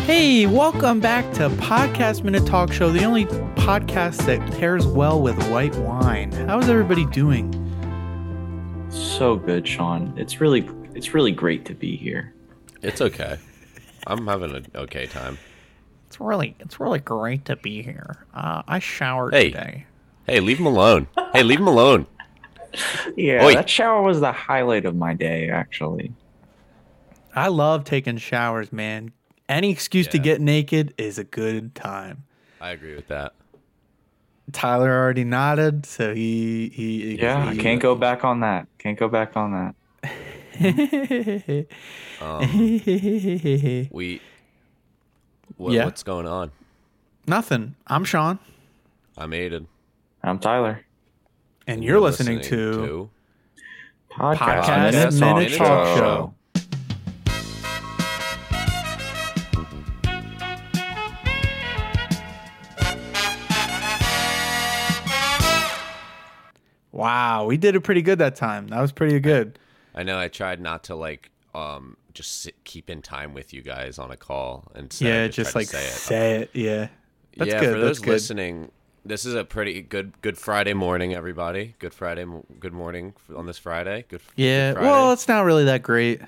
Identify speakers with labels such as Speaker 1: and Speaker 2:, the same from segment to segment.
Speaker 1: Hey, welcome back to Podcast Minute Talk Show, the only podcast that pairs well with white wine. How is everybody doing?
Speaker 2: So good, Sean. It's really it's really great to be here.
Speaker 3: It's okay. I'm having an okay time.
Speaker 1: It's really it's really great to be here. Uh, I showered
Speaker 3: Hey.
Speaker 1: today.
Speaker 3: Hey, leave him alone. Hey, leave him alone.
Speaker 2: Yeah,
Speaker 3: Oi.
Speaker 2: that shower was the highlight of my day actually.
Speaker 1: I love taking showers, man. Any excuse to
Speaker 3: Yeah.
Speaker 1: get naked is a good time.
Speaker 3: I agree with that.
Speaker 1: Tyler already nodded, so he he
Speaker 2: Yeah, I
Speaker 1: he-
Speaker 2: can't go back on that. Can't go back on that.
Speaker 3: Um, we. What,
Speaker 1: Yeah.
Speaker 3: What's going on?
Speaker 1: Nothing. I'm Sean,
Speaker 3: I'm Aiden.
Speaker 2: I'm Tyler.
Speaker 1: and
Speaker 3: And
Speaker 1: you're listening, to,
Speaker 2: Podcast,
Speaker 1: Podcast
Speaker 2: Minute
Speaker 1: Minute
Speaker 2: Talk
Speaker 1: Talk
Speaker 2: Show.
Speaker 1: Show. Wow, we did it pretty good that time. That was pretty good.
Speaker 3: I know I tried not to like um just sit, keep in time with you guys on a call and say
Speaker 1: yeah, just like
Speaker 3: say it.
Speaker 1: Yeah, that's
Speaker 3: yeah,
Speaker 1: good.
Speaker 3: for
Speaker 1: that's
Speaker 3: those
Speaker 1: good.
Speaker 3: listening, this is a pretty good good Friday morning, everybody. Good Friday, m- good morning f- on this Friday. Good. f-
Speaker 1: yeah,
Speaker 3: good Friday.
Speaker 1: well, it's not really that great.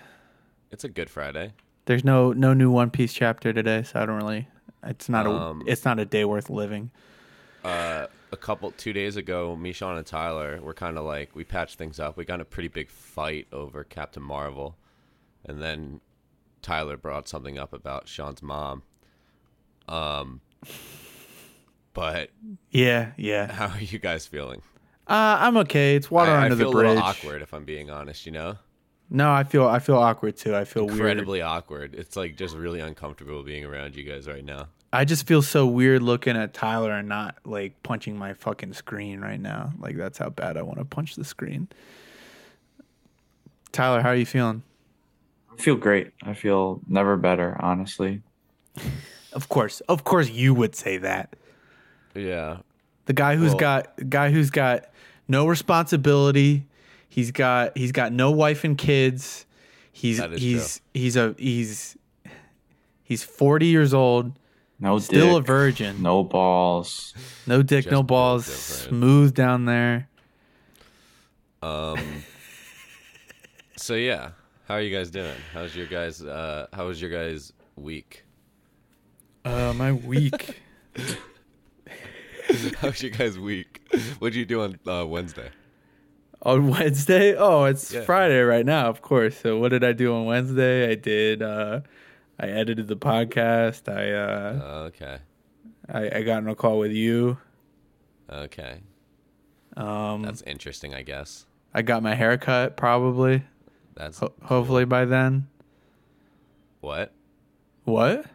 Speaker 3: it's a good Friday.
Speaker 1: There's no no new One Piece chapter today, so I don't really. It's not
Speaker 3: Um,
Speaker 1: a it's not a day worth living.
Speaker 3: uh, a couple two days ago, Michonne and Tyler were kind of like we patched things up. We got in a pretty big fight over Captain Marvel, and then Tyler brought something up about Sean's mom. Um, but
Speaker 1: Yeah, yeah.
Speaker 3: how are you guys feeling?
Speaker 1: Uh, I'm okay. It's water
Speaker 3: I, I
Speaker 1: under
Speaker 3: feel
Speaker 1: the bridge.
Speaker 3: a little awkward if I'm being honest. You know,
Speaker 1: No, I feel I feel awkward too. I feel weird.
Speaker 3: incredibly awkward. It's like just really uncomfortable being around you guys right now.
Speaker 1: I just feel so weird looking at Tyler and not like punching my fucking screen right now. Like that's how bad I want to punch the screen. Tyler, how are you feeling?
Speaker 2: I feel great. I feel never better, honestly.
Speaker 1: Of course, of course, you would say that.
Speaker 3: Yeah,
Speaker 1: The guy who's
Speaker 3: Well-
Speaker 1: got guy who's got no responsibility. He's got he's got no wife and kids. He's
Speaker 3: That is
Speaker 1: he's he's a he's he's forty years old,
Speaker 2: No
Speaker 1: still a
Speaker 2: dick,
Speaker 1: virgin.
Speaker 2: no balls.
Speaker 1: No dick, no
Speaker 3: Just
Speaker 1: balls.
Speaker 3: built different.
Speaker 1: Smooth down there.
Speaker 3: Um. so yeah, how are you guys doing? How's your guys? Uh, how was your guys' week?
Speaker 1: Uh, my week.
Speaker 3: How was your guys' week? What'd you do on uh, Wednesday?
Speaker 1: on Wednesday. Oh, it's
Speaker 3: Yeah.
Speaker 1: Friday right now, of course. So what did I do on Wednesday? I did. Uh, I edited the podcast. I, uh,
Speaker 3: Okay,
Speaker 1: I I got on a call with you.
Speaker 3: okay,
Speaker 1: Um,
Speaker 3: that's interesting. I guess
Speaker 1: I got my haircut probably.
Speaker 3: that's
Speaker 1: Ho- hopefully by then.
Speaker 3: what.
Speaker 1: What?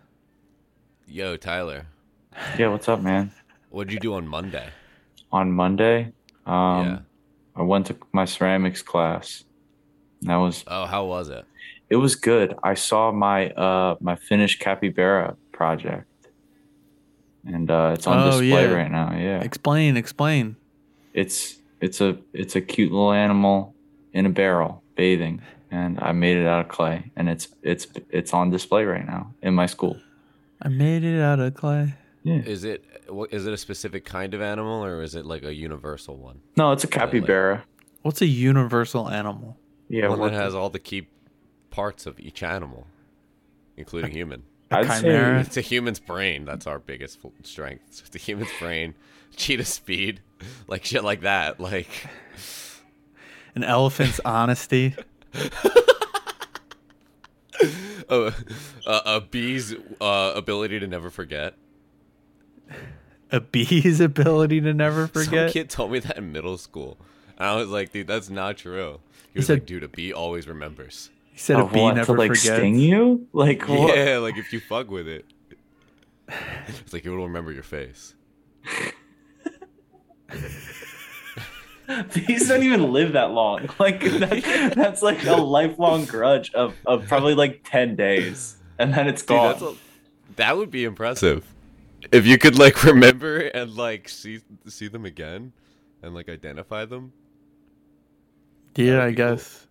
Speaker 3: Yo, Tyler,
Speaker 2: Yeah, what's up, man?
Speaker 3: what'd you do on Monday?
Speaker 2: On Monday, um,
Speaker 3: yeah.
Speaker 2: I went to my ceramics class. That was
Speaker 3: Oh, how was it?
Speaker 2: it was good. I saw my uh my finished capybara project, and uh, it's on
Speaker 1: Oh,
Speaker 2: display
Speaker 1: yeah.
Speaker 2: right now. Yeah,
Speaker 1: Explain. Explain.
Speaker 2: it's it's a it's a cute little animal in a barrel bathing, and I made it out of clay, and it's it's it's on display right now in my school.
Speaker 1: I made it out of clay.
Speaker 2: Yeah,
Speaker 3: Is it wha- is it a specific kind of animal or is it like a universal one?
Speaker 2: no, it's a
Speaker 3: like-
Speaker 2: capybara.
Speaker 1: What's a universal animal?
Speaker 2: Yeah,
Speaker 3: one
Speaker 2: what
Speaker 3: that
Speaker 2: the-
Speaker 3: has all the key parts of each animal, including human.
Speaker 1: A
Speaker 2: I'd say
Speaker 1: chimera.
Speaker 3: It's a human's brain. That's our biggest fl- strength. It's just a human's brain. Cheetah speed, like shit, like that. Like
Speaker 1: An elephant's honesty.
Speaker 3: a, a, a bee's uh, ability to never forget.
Speaker 1: A bee's ability to never
Speaker 3: Some
Speaker 1: forget.
Speaker 3: kid told me that in middle school, and I was like, dude, that's not true. He was
Speaker 1: said-
Speaker 3: like, dude, a bee always remembers.
Speaker 1: he said a
Speaker 2: of
Speaker 1: bee
Speaker 2: what,
Speaker 1: never
Speaker 2: to like
Speaker 1: forgets.
Speaker 2: sting you? Like what?
Speaker 3: Yeah, like if you fuck with it, it's like it will remember your face.
Speaker 2: These don't even live that long. Like that, that's like a lifelong grudge of, of probably like ten days, and then it's
Speaker 3: Dude,
Speaker 2: gone.
Speaker 3: that's a, that would be impressive. If you could like remember and like see see them again and like identify them.
Speaker 1: Yeah,
Speaker 3: That'd
Speaker 1: I
Speaker 3: be cool.
Speaker 1: guess.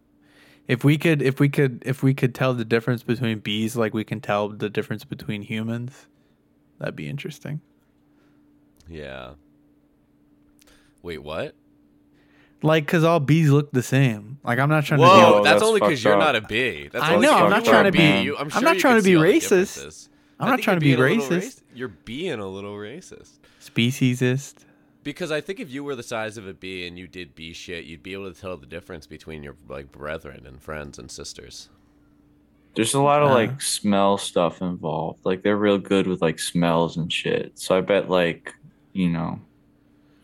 Speaker 1: If we could, if we could, if we could tell the difference between bees, like we can tell the difference between humans, that'd be interesting.
Speaker 3: Yeah. Wait, what?
Speaker 1: Like, cause all bees look the same. Like, I'm not trying to.
Speaker 3: Whoa,
Speaker 1: Deal
Speaker 2: Whoa,
Speaker 3: that's,
Speaker 2: that's
Speaker 3: only
Speaker 2: fucked
Speaker 3: because you're
Speaker 2: up.
Speaker 3: not a bee. That's
Speaker 1: I
Speaker 3: only
Speaker 1: know,
Speaker 3: 'cause
Speaker 1: I'm
Speaker 3: you're
Speaker 1: not trying to
Speaker 3: a
Speaker 1: be-
Speaker 3: bee. You-
Speaker 1: I'm
Speaker 3: sure
Speaker 1: not
Speaker 3: you
Speaker 1: trying
Speaker 3: can
Speaker 1: to be
Speaker 3: see all the
Speaker 1: racist.
Speaker 3: differences.
Speaker 1: I'm
Speaker 3: I
Speaker 1: not
Speaker 3: think
Speaker 1: trying to be
Speaker 3: you're being a little
Speaker 1: racist.
Speaker 3: rac- You're being a little racist.
Speaker 1: Speciesist.
Speaker 3: Because I think if you were the size of a bee and you did bee shit, you'd be able to tell the difference between your like brethren and friends and sisters.
Speaker 2: There's a lot of
Speaker 1: Uh.
Speaker 2: like smell stuff involved. Like they're real good with like smells and shit. So I bet like you know,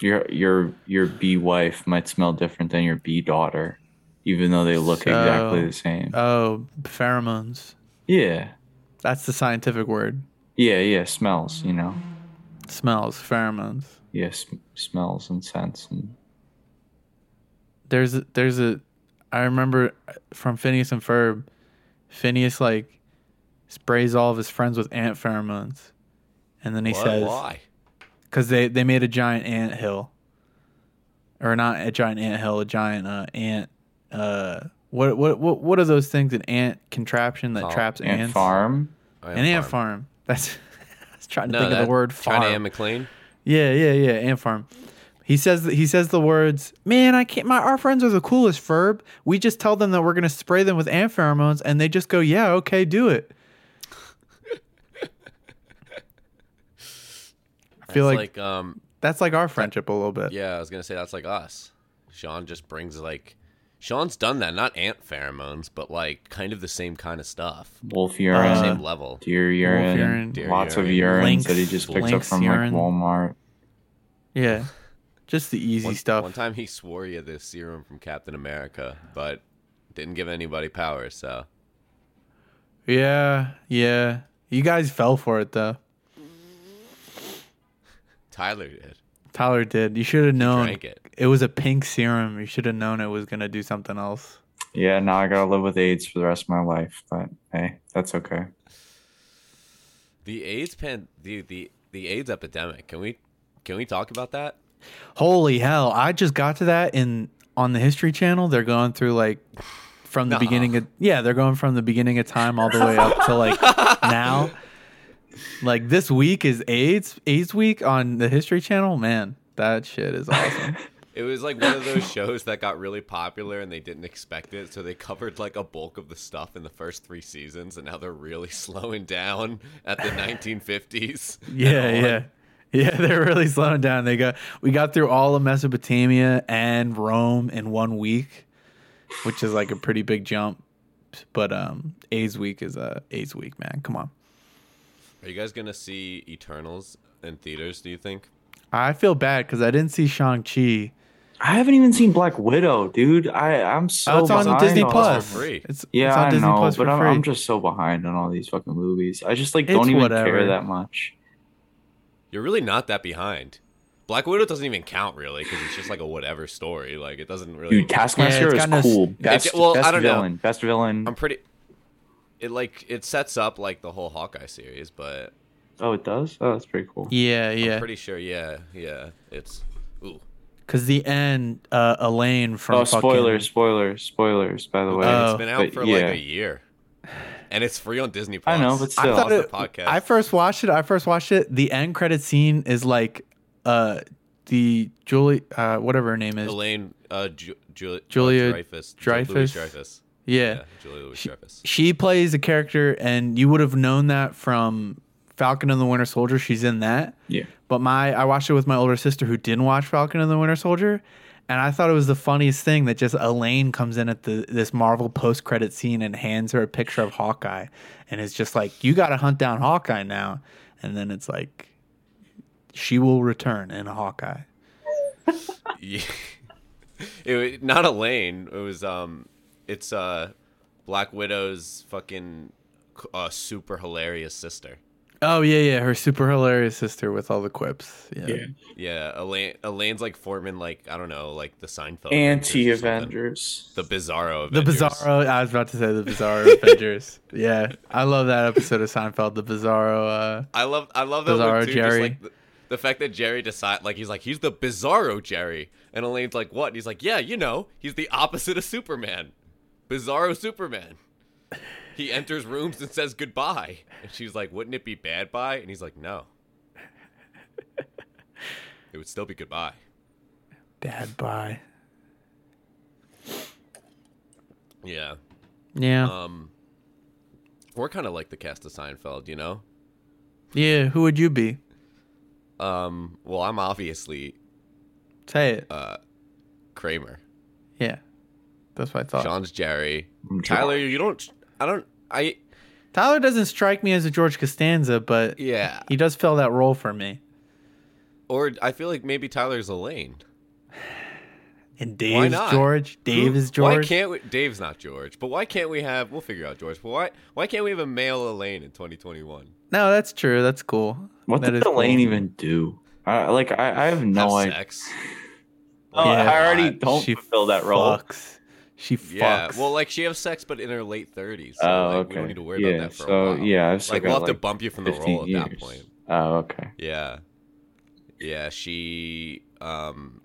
Speaker 2: your your your bee wife might smell different than your bee daughter, even though they look
Speaker 1: So-
Speaker 2: exactly the same.
Speaker 1: Oh, pheromones.
Speaker 2: yeah,
Speaker 1: That's the scientific word.
Speaker 2: yeah, yeah. Smells, you know.
Speaker 1: Smells, pheromones.
Speaker 2: Yeah, sm- smells and scents and
Speaker 1: there's a, there's a I remember uh, from Phineas and Ferb, Phineas like sprays all of his friends with ant pheromones, and then he
Speaker 3: What?
Speaker 1: says
Speaker 3: Why?
Speaker 1: because they they made a giant ant hill, or not a giant ant hill, a giant uh, ant. Uh, what what what what are those things? An ant contraption that
Speaker 3: Oh,
Speaker 1: traps
Speaker 2: and
Speaker 1: ants.
Speaker 2: farm.
Speaker 3: I
Speaker 1: An
Speaker 3: am
Speaker 1: ant
Speaker 3: farm.
Speaker 1: farm. That's. I was trying to
Speaker 3: No,
Speaker 1: think of
Speaker 3: that-
Speaker 1: the word farm.
Speaker 3: China Ann McLean.
Speaker 1: Yeah, yeah, yeah. Ant farm. He says he says the words. Man, I can't. My our friends are the coolest. Ferb. We just tell them that we're gonna spray them with ant pheromones, and they just go, "Yeah, okay, do it." I feel
Speaker 3: That's
Speaker 1: like,
Speaker 3: like um
Speaker 1: that's like our friendship a little bit.
Speaker 3: Yeah, I was gonna say that's like us. Sean just brings like Sean's done that, not ant pheromones, but like kind of the same kind of stuff.
Speaker 2: Wolf
Speaker 1: Uh,
Speaker 2: urine,
Speaker 3: same level.
Speaker 2: deer urine,
Speaker 1: urine. Deer
Speaker 2: lots of
Speaker 3: urine.
Speaker 2: urines
Speaker 1: Lynx-
Speaker 2: that he just picks up
Speaker 1: lynx
Speaker 2: from
Speaker 1: urine.
Speaker 2: like Walmart.
Speaker 1: Yeah, just the easy
Speaker 3: One,
Speaker 1: stuff.
Speaker 3: one time he swore you this serum from Captain America, but didn't give anybody power, so
Speaker 1: Yeah, yeah. You guys fell for it though.
Speaker 3: Tyler did.
Speaker 1: Tyler did. You should have known.
Speaker 3: Drank it.
Speaker 1: It was a pink serum. You should have known it was gonna do something else.
Speaker 2: Yeah, now I gotta live with AIDS for the rest of my life, but hey, that's okay.
Speaker 3: The AIDS pan the, the the AIDS epidemic. Can we can we talk about that?
Speaker 1: Holy hell! I just got to that in on the History Channel. They're going through like from the
Speaker 3: Nuh-uh.
Speaker 1: beginning of yeah, they're going from the beginning of time all the way up to like now. Like this week is AIDS AIDS week on the History Channel. Man, that shit is awesome.
Speaker 3: It was like one of those shows that got really popular and they didn't expect it, so they covered like a bulk of the stuff in the first three seasons, and now they're really slowing down at the 1950s. and
Speaker 1: yeah,
Speaker 3: on.
Speaker 1: yeah, yeah. They're really slowing down. They got we got through all of Mesopotamia and Rome in one week, which is like a pretty big jump. But um, AIDS week is uh, AIDS week, man. Come on.
Speaker 3: Are you guys gonna see Eternals in theaters? Do you think?
Speaker 1: I feel bad because I didn't see Shang Chi.
Speaker 2: I haven't even seen Black Widow, dude. I I'm so
Speaker 1: oh, it's on
Speaker 2: behind
Speaker 1: Disney
Speaker 2: all
Speaker 1: Plus.
Speaker 2: this.
Speaker 3: for free.
Speaker 1: It's,
Speaker 2: Yeah,
Speaker 1: it's on
Speaker 2: I
Speaker 1: Disney
Speaker 2: know,
Speaker 1: Plus
Speaker 2: but
Speaker 1: for
Speaker 2: I'm,
Speaker 1: free.
Speaker 2: I'm just so behind on all these fucking movies. I just like
Speaker 1: It's
Speaker 2: don't even
Speaker 1: whatever.
Speaker 2: care that much.
Speaker 3: You're really not that behind. Black Widow doesn't even count really because it's just like a whatever story. Like it doesn't really.
Speaker 2: Dude,
Speaker 1: Yeah,
Speaker 2: Taskmaster
Speaker 1: it's
Speaker 2: is
Speaker 1: got no s-
Speaker 2: cool.
Speaker 3: It-
Speaker 2: Best,
Speaker 3: well,
Speaker 2: best
Speaker 3: I don't know.
Speaker 2: villain, best villain.
Speaker 3: I'm pretty. It like it sets up like the whole Hawkeye series, but
Speaker 2: oh, it does. Oh, that's pretty cool.
Speaker 1: yeah,
Speaker 3: I'm
Speaker 1: yeah.
Speaker 3: pretty sure. Yeah, yeah. It's ooh.
Speaker 1: Because the end, uh, Elaine from
Speaker 2: Oh,
Speaker 1: fucking-
Speaker 2: spoilers, spoilers, spoilers. By the way,
Speaker 1: Oh.
Speaker 3: it's been out
Speaker 2: but
Speaker 3: for
Speaker 2: yeah.
Speaker 3: like a year, and it's free on Disney Plus.
Speaker 2: I know, but
Speaker 1: I
Speaker 2: still.
Speaker 1: thought
Speaker 3: Pause
Speaker 1: it,
Speaker 3: the podcast.
Speaker 1: I first watched it. I first watched it. The end credit scene is like, uh, the Julie, uh, whatever her name is.
Speaker 3: Elaine, uh, Ju- Ju-
Speaker 1: Julia
Speaker 3: Dreyfus,
Speaker 1: Dreyfus?
Speaker 3: Dreyfus.
Speaker 1: Yeah.
Speaker 3: Yeah, Julia Louis Dreyfus.
Speaker 1: she plays a character, and you would have known that from Falcon and the Winter Soldier. She's in that.
Speaker 2: yeah.
Speaker 1: But my I watched it with my older sister who didn't watch Falcon and the Winter Soldier, and I thought it was the funniest thing that just Elaine comes in at the this Marvel post credit scene and hands her a picture of Hawkeye, and is just like, "You got to hunt down Hawkeye now," and then it's like, "She will return in Hawkeye."
Speaker 3: Yeah. it was not Elaine. It was um, it's uh, Black Widow's fucking uh, super hilarious sister.
Speaker 1: Oh yeah, yeah, her super hilarious sister with all the quips. Yeah,
Speaker 2: Yeah.
Speaker 3: Yeah, Elaine. Elaine's like forming like I don't know, like the Seinfeld Avengers or
Speaker 2: Anti
Speaker 3: something.
Speaker 2: Avengers.
Speaker 3: the Bizarro
Speaker 1: the
Speaker 3: Avengers.
Speaker 1: Bizarro. I was about to say the Bizarro Avengers. Yeah, I love that episode of Seinfeld. The Bizarro. Uh,
Speaker 3: I love I love that
Speaker 1: Bizarro
Speaker 3: one too,
Speaker 1: Jerry.
Speaker 3: Just like the, the fact that Jerry decide like he's like he's the Bizarro Jerry, and Elaine's like what? And he's like yeah, you know, he's the opposite of Superman. Bizarro Superman. He enters rooms and says goodbye. And she's like, wouldn't it be bad bye? And he's like, no. It would still be goodbye.
Speaker 1: Dad, bye.
Speaker 3: Yeah.
Speaker 1: Yeah.
Speaker 3: Um, we're kind of like the cast of Seinfeld, you know?
Speaker 1: yeah. Who would you be?
Speaker 3: Um, well, I'm obviously
Speaker 1: Say it.
Speaker 3: uh, Kramer.
Speaker 1: yeah. That's what I thought.
Speaker 3: Sean's Jerry.
Speaker 2: I'm George.
Speaker 3: Tyler, you don't. I don't. I.
Speaker 1: Tyler doesn't strike me as a George Costanza, but
Speaker 3: Yeah.
Speaker 1: he does fill that role for me.
Speaker 3: Or I feel like maybe Tyler's Elaine.
Speaker 1: And
Speaker 3: Why
Speaker 1: Dave's
Speaker 3: not?
Speaker 1: George. Dave
Speaker 3: Who-
Speaker 1: is George.
Speaker 3: Why can't we, Dave's not George? But why can't we have? We'll figure out George. But why? Why can't we have a male Elaine in 2021?
Speaker 1: no, that's true. That's cool.
Speaker 2: What
Speaker 1: That
Speaker 2: did
Speaker 1: is cool.
Speaker 2: Elaine even do? I, like I, I have
Speaker 3: have
Speaker 2: no idea.
Speaker 3: sex.
Speaker 2: Oh,
Speaker 1: Yeah.
Speaker 2: I already don't
Speaker 1: She
Speaker 2: fulfill that role.
Speaker 1: Fucks. She fucks.
Speaker 3: Yeah. Well, like she has sex, but in her late 30s. So
Speaker 2: oh,
Speaker 3: like,
Speaker 2: okay.
Speaker 3: We don't need to worry
Speaker 2: yeah,
Speaker 3: about that for
Speaker 2: so
Speaker 3: a while.
Speaker 2: yeah, I've still
Speaker 3: Like
Speaker 2: got
Speaker 3: we'll have to
Speaker 2: like
Speaker 3: bump you from the
Speaker 2: 15
Speaker 3: role
Speaker 2: years.
Speaker 3: at that point.
Speaker 2: Oh, okay.
Speaker 3: Yeah. Yeah. She. Um.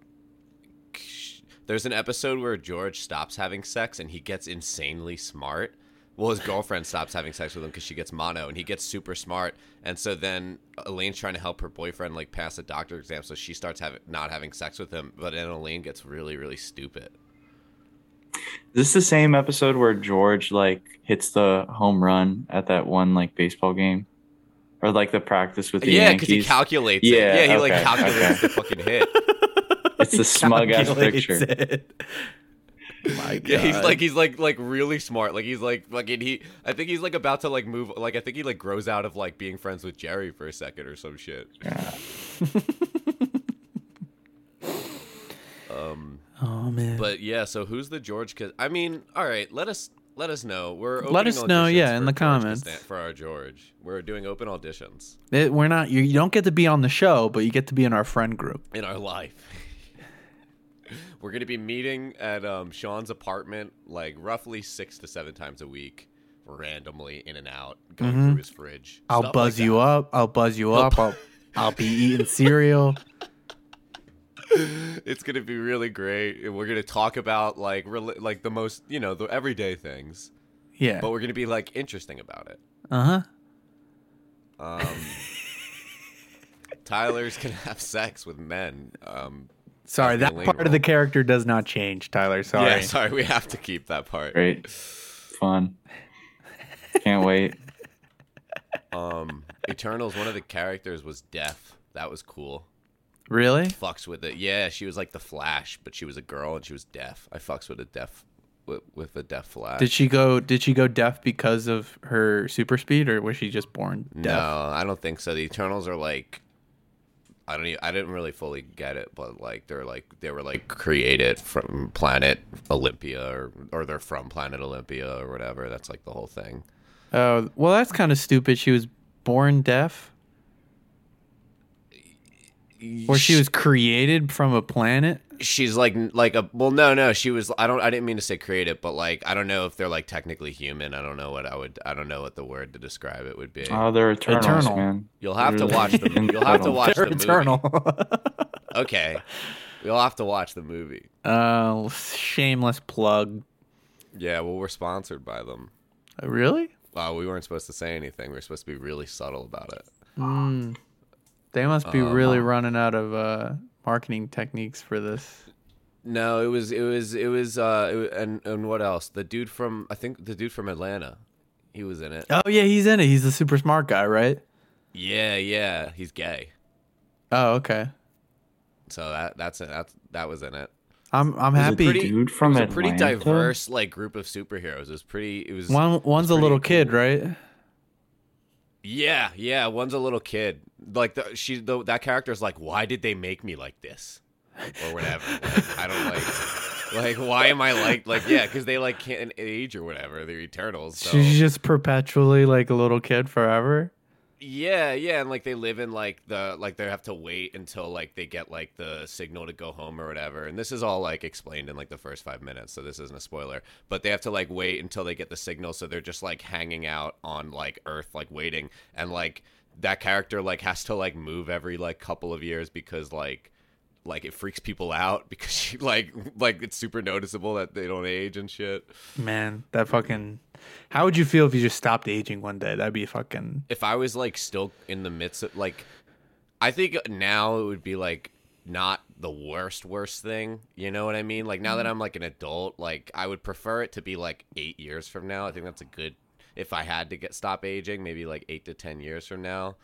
Speaker 3: There's an episode where George stops having sex and he gets insanely smart. Well, his girlfriend stops having sex with him because she gets mono, and he gets super smart. And so then Elaine's trying to help her boyfriend like pass a doctor exam, so she starts having not having sex with him. But then Elaine gets really, really stupid.
Speaker 2: Is this the same episode where George like hits the home run at that one like baseball game, or like the practice with the
Speaker 3: yeah, because
Speaker 2: Yankees?
Speaker 3: he calculates. it.
Speaker 2: Yeah,
Speaker 3: yeah, he like
Speaker 2: okay,
Speaker 3: calculates
Speaker 2: okay.
Speaker 3: the fucking hit.
Speaker 2: it's the smug ass
Speaker 1: Calculates
Speaker 2: picture.
Speaker 1: it. My God.
Speaker 3: Yeah, he's like he's like like really smart. Like he's like fucking he. I think he's like about to like move. Like I think he like grows out of like being friends with Jerry for a second or some shit.
Speaker 2: Yeah.
Speaker 3: Um,
Speaker 1: Oh man.
Speaker 3: but yeah. So who's the George? Cause I mean, all right. Let us let us know. We're
Speaker 1: Let
Speaker 3: opening
Speaker 1: us know,
Speaker 3: auditions
Speaker 1: yeah, in
Speaker 3: for
Speaker 1: the
Speaker 3: George
Speaker 1: comments.
Speaker 3: Costa- for our George. We're doing open auditions
Speaker 1: It- Eh, we're not. You, you don't get to be on the show, but you get to be in our friend group.
Speaker 3: in our life. We're gonna be meeting at um, Sean's apartment like roughly six to seven times a week, randomly in and out, going
Speaker 1: Mhm.
Speaker 3: through his fridge.
Speaker 1: I'll
Speaker 3: Stuff
Speaker 1: buzz
Speaker 3: like
Speaker 1: you
Speaker 3: that.
Speaker 1: up. I'll buzz you up. I'll I'll be eating cereal.
Speaker 3: it's gonna be really great. and We're gonna talk about like rela- like the most you know the everyday things,
Speaker 1: Yeah.
Speaker 3: but we're gonna be like interesting about it.
Speaker 1: Uh huh.
Speaker 3: Um, Tyler's gonna have sex with men. Um,
Speaker 1: Sorry,
Speaker 3: That's
Speaker 1: that
Speaker 3: the
Speaker 1: part
Speaker 3: lead
Speaker 1: of
Speaker 3: role.
Speaker 1: the character does not change, Tyler. Sorry.
Speaker 3: yeah, sorry, we have to keep that part.
Speaker 2: Great, fun. Can't wait.
Speaker 3: Um, Eternals. One of the characters was deaf. That was cool.
Speaker 1: Really?
Speaker 3: Fucks with it. Yeah, she was like the Flash, but she was a girl and she was deaf. I fucks with a deaf with, with a deaf Flash.
Speaker 1: Did she go? Did she go deaf because of her super speed, or was she just born
Speaker 3: No,
Speaker 1: deaf?
Speaker 3: I don't think so. The Eternals are like I don't even, I didn't really fully get it, but like they're like they were like created from planet Olympia or or they're from planet Olympia or whatever. That's like the whole thing.
Speaker 1: Oh, well, that's kind of stupid. She was born deaf, or she was created from a planet.
Speaker 3: she's like like a well no no she was I don't I didn't mean to say creative, but like I don't know if they're like technically human. I don't know what I would I don't know what the word to describe it would be.
Speaker 2: Oh, they're eternals,
Speaker 1: Eternal.
Speaker 2: man.
Speaker 3: You'll have to
Speaker 2: Really?
Speaker 3: watch the you'll have to watch
Speaker 1: They're
Speaker 3: the
Speaker 1: eternal.
Speaker 3: movie. Okay. You'll have to watch the movie.
Speaker 1: uh, shameless plug.
Speaker 3: Yeah, well we're sponsored by them.
Speaker 1: Uh, Really?
Speaker 3: Wow, we weren't supposed to say anything. We were supposed to be really subtle about it.
Speaker 1: Mm. They must
Speaker 3: Uh-huh.
Speaker 1: be really running out of uh, marketing techniques for this.
Speaker 3: No, it was it was it was uh it wa- and and what else? The dude from I think the dude from Atlanta. He was in it.
Speaker 1: Oh yeah, he's in it. He's the super smart guy, right?
Speaker 3: Yeah, yeah, he's gay.
Speaker 1: Oh okay.
Speaker 3: So that that's it. That's that was in it.
Speaker 1: I'm I'm
Speaker 2: There's a
Speaker 1: happy.
Speaker 3: pretty-
Speaker 2: dude from
Speaker 3: It was a pretty
Speaker 2: Atlanta?
Speaker 3: diverse like group of superheroes. It was pretty it was
Speaker 1: One one's a
Speaker 3: pretty
Speaker 1: little kid,
Speaker 3: cool.
Speaker 1: right?
Speaker 3: Yeah, yeah, one's a little kid. Like the she the, that character's like, "Why did they make me like this?" or whatever. Like, I don't like like why am I like like yeah, cuz they like can't age or whatever. They're eternals. So
Speaker 1: She's just perpetually like a little kid forever.
Speaker 3: Yeah, yeah, and like they live in like the like they have to wait until like they get like the signal to go home or whatever. And this is all like explained in like the first 5 minutes, so this isn't a spoiler. But they have to like wait until they get the signal, so they're just like hanging out on like Earth like waiting and like that character like has to like move every like couple of years because like like it freaks people out because she like like it's super noticeable that they don't age and shit.
Speaker 1: Man, that fucking. How would you feel if you just stopped aging one day? That'd be fucking.
Speaker 3: If I was like still in the midst of like, I think now it would be like not the worst worst thing. You know what I mean? Like now
Speaker 1: Mm-hmm.
Speaker 3: that I'm like an adult, like I would prefer it to be like eight years from now. I think that's a good. If I had to get stop aging, maybe like eight to ten years from now,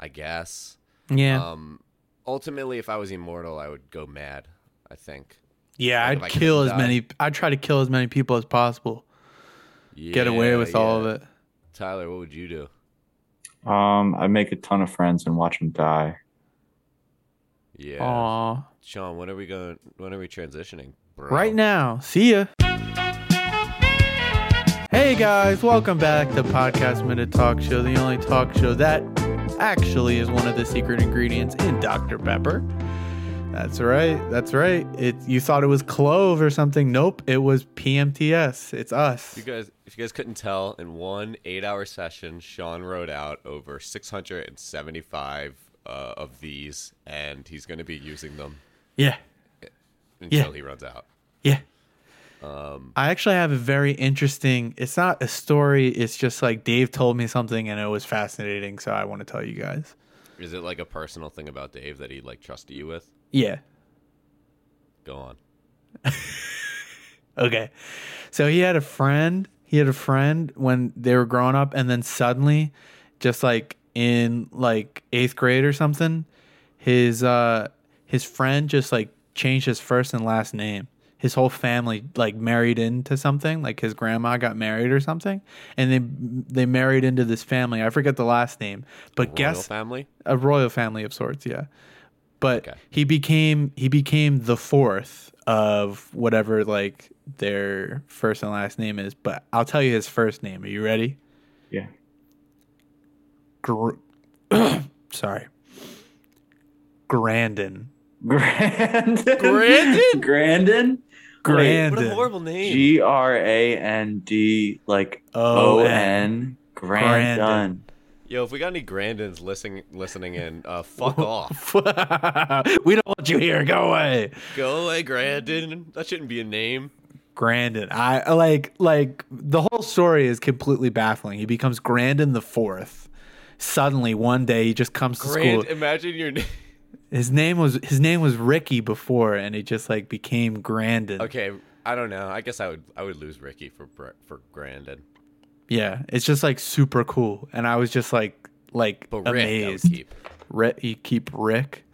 Speaker 3: I guess.
Speaker 1: Yeah.
Speaker 3: Um, ultimately, if I was immortal, I would go mad. I think.
Speaker 1: yeah,
Speaker 3: like,
Speaker 1: I'd
Speaker 3: if I couldn't
Speaker 1: kill as
Speaker 3: die.
Speaker 1: many. I'd try to kill as many people as possible. Get away
Speaker 3: Yeah,
Speaker 1: with all
Speaker 3: yeah.
Speaker 1: of it.
Speaker 3: Tyler, what would you do?
Speaker 2: Um, I make a ton of friends and watch them die.
Speaker 3: Yeah.
Speaker 1: Aw.
Speaker 3: Sean, when are we going? When are we transitioning? Bro?
Speaker 1: Right now. See ya. Hey guys, welcome back to Podcast Minute Talk Show, the only talk show that actually is one of the secret ingredients in Dr. Pepper. That's right. That's right. It you thought it was clove or something. Nope, it was PMTS. It's us.
Speaker 3: You guys, if you guys couldn't tell, in one eight-hour session, Sean wrote out over 675 uh, of these, and he's going to be using them
Speaker 1: Yeah.
Speaker 3: until
Speaker 1: Yeah.
Speaker 3: he runs out.
Speaker 1: Yeah. I actually have a very interesting. It's not a story. It's just like Dave told me something and it was fascinating, so I want to tell you guys.
Speaker 3: Is it like a personal thing about Dave that he like trusted you with?
Speaker 1: Yeah.
Speaker 3: Go on.
Speaker 1: Okay. So he had a friend. He had a friend when they were growing up, and then suddenly, just like in like eighth grade or something, his uh his friend just like changed his first and last name. His whole family like married into something, like his grandma got married or something, and they they married into this family. I forget the last name, but
Speaker 3: Royal
Speaker 1: guess
Speaker 3: family.
Speaker 1: a royal family of sorts, yeah. But
Speaker 3: Okay.
Speaker 1: he became he became the fourth of whatever like their first and last name is. But I'll tell you his first name. Are you ready?
Speaker 2: Yeah.
Speaker 1: Gr- Sorry, Grandin.
Speaker 2: Grandin.
Speaker 3: Grandin?
Speaker 2: Grandin.
Speaker 1: Grandin.
Speaker 3: What a horrible name.
Speaker 2: G R A N D like O N. Grandin.
Speaker 3: Yo, if we got any Grandins listening listening in, uh, fuck off.
Speaker 1: we don't want you here. Go away,
Speaker 3: Go away, Grandin. That shouldn't be a name.
Speaker 1: Grandin. I like like the whole story is completely baffling. He becomes Grandin the fourth. Suddenly, one day, he just comes to
Speaker 3: Grand.
Speaker 1: school.
Speaker 3: Imagine your name.
Speaker 1: His name was his name was Ricky before, and he just like became Grandin.
Speaker 3: Okay, I don't know. I guess I would I would lose Ricky for Br- for Grandin,
Speaker 1: Yeah, it's just like super cool, and I was just like like
Speaker 3: but Rick I
Speaker 1: amazed.
Speaker 3: would keep.
Speaker 1: Ri- you keep Rick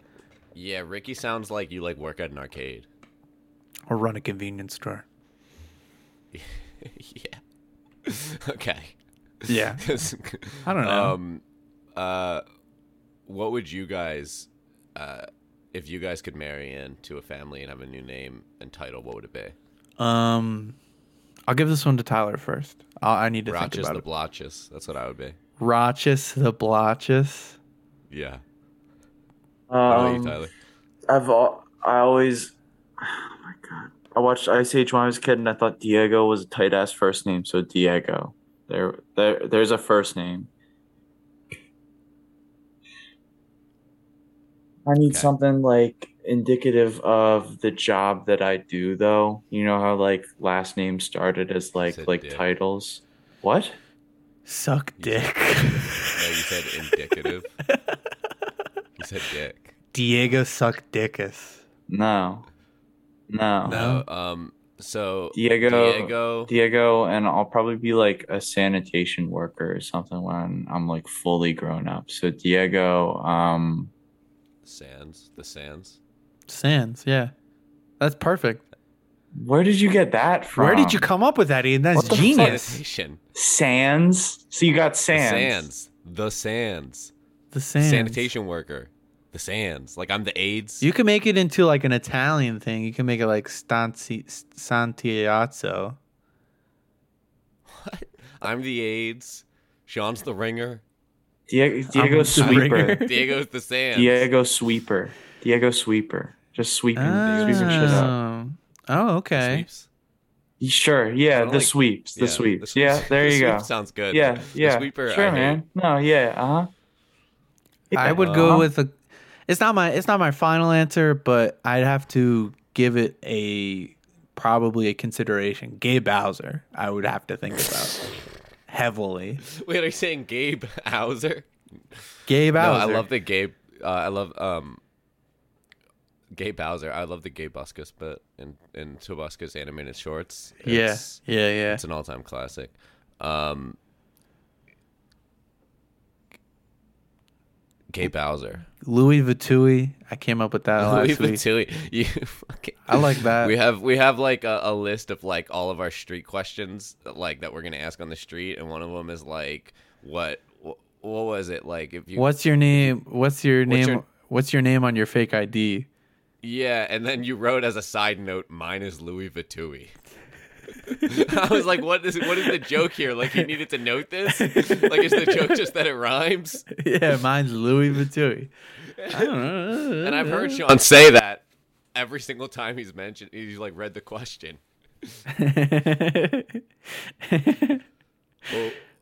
Speaker 3: Yeah, Ricky sounds like you like work at an arcade.
Speaker 1: or run a convenience store.
Speaker 3: yeah. okay.
Speaker 1: Yeah, I don't know.
Speaker 3: um, uh, what would you guys, uh, if you guys could marry into a family and have a new name and title, what would it be?
Speaker 1: um, I'll give this one to Tyler first. I, I need to think
Speaker 3: Roches
Speaker 1: about
Speaker 3: the
Speaker 1: it.
Speaker 3: Blotches. That's what I would be.
Speaker 1: Rochus the Blotches.
Speaker 3: Yeah. How about you,
Speaker 2: Um,
Speaker 3: Tyler?
Speaker 2: I've al- I always. Oh my god! I watched Ice Age when I was a kid, and I thought Diego was a tight ass first name. So Diego, there, there, there's a first name. I need
Speaker 3: Okay.
Speaker 2: something like indicative of the job that I do, though. You know how like last names started as like
Speaker 3: Said
Speaker 2: like
Speaker 3: dick.
Speaker 2: titles. What?
Speaker 1: Suck dick.
Speaker 3: No, you said indicative. you said dick.
Speaker 1: Diego suck dickus.
Speaker 2: No, no.
Speaker 1: No.
Speaker 3: No. Um. So
Speaker 2: Diego.
Speaker 3: Diego.
Speaker 2: Diego, and I'll probably be like a sanitation worker or something when I'm like fully grown up. So Diego, um,
Speaker 3: Sands. The Sands.
Speaker 1: Sans. Yeah, that's perfect.
Speaker 2: where did you get that from?
Speaker 1: Where did you come up with that, Ian? That's
Speaker 2: What the fuck?
Speaker 1: genius.
Speaker 3: Sanitation.
Speaker 2: Sands? So you got
Speaker 3: The
Speaker 2: Sands.
Speaker 3: Sands. The Sands.
Speaker 1: The Sans.
Speaker 3: Sanitation worker. The Sands. Like I'm the AIDS.
Speaker 1: You can make it into like an Italian thing. You can make it like Stanzi, S- Santiazzo.
Speaker 3: What? I'm the AIDS. Sean's the ringer.
Speaker 2: Die- Diego
Speaker 1: I'm
Speaker 2: Sweeper.
Speaker 1: Springer.
Speaker 3: Diego's the Sands.
Speaker 2: Diego Sweeper. Diego Sweeper. Just sweeping,
Speaker 1: Ah.
Speaker 2: sweeping shit up.
Speaker 1: Oh. Oh, okay.
Speaker 3: Sweeps.
Speaker 2: Sure, yeah,
Speaker 3: Sound
Speaker 2: the
Speaker 3: like-
Speaker 2: sweeps, the
Speaker 3: Yeah,
Speaker 2: sweeps.
Speaker 3: the
Speaker 2: Yeah, there
Speaker 3: the
Speaker 2: you go.
Speaker 3: sweep Sounds good.
Speaker 2: Yeah,
Speaker 3: The
Speaker 2: yeah.
Speaker 3: sweeper,
Speaker 2: sure,
Speaker 3: I hate.
Speaker 2: man. No, uh-huh. yeah, uh huh.
Speaker 3: Uh-huh.
Speaker 1: I would go
Speaker 2: Uh,
Speaker 1: with a. It's not my it's not my final answer, but I'd have to give it a probably a consideration. Gay Bowser, I would have to think about heavily.
Speaker 3: Wait, are you saying Gabe Hauser?
Speaker 1: Gay
Speaker 3: No,
Speaker 1: Bowser.
Speaker 3: I love the Gabe. Uh, I love um, Gabe Bowser. I love the Gabe Buskus, but in in Tobuskus animated shorts.
Speaker 1: Yeah,
Speaker 3: It's,
Speaker 1: yeah, yeah.
Speaker 3: it's an all time classic. Um, Gabe Bowser.
Speaker 1: Louis Vuitton. I came up with that
Speaker 3: Louis
Speaker 1: last week.
Speaker 3: Vitale. You fucking-
Speaker 1: I like that.
Speaker 3: We have we have like a, a list of like all of our street questions like that we're gonna ask on the street, and one of them is like what wh- what was it like if you
Speaker 1: What's your name? What's your
Speaker 3: What's
Speaker 1: name?
Speaker 3: your-
Speaker 1: what's your name on your fake ID?
Speaker 3: yeah, and then you wrote as a side note, mine is Louis Vuitton. I was like, what is what is the joke here? Like you needed to note this? Like is the joke just that it rhymes?
Speaker 1: yeah, mine's Louis Vuitton. I don't know.
Speaker 3: And I've heard Sean say that every single time he's mentioned he's like read the question. Well,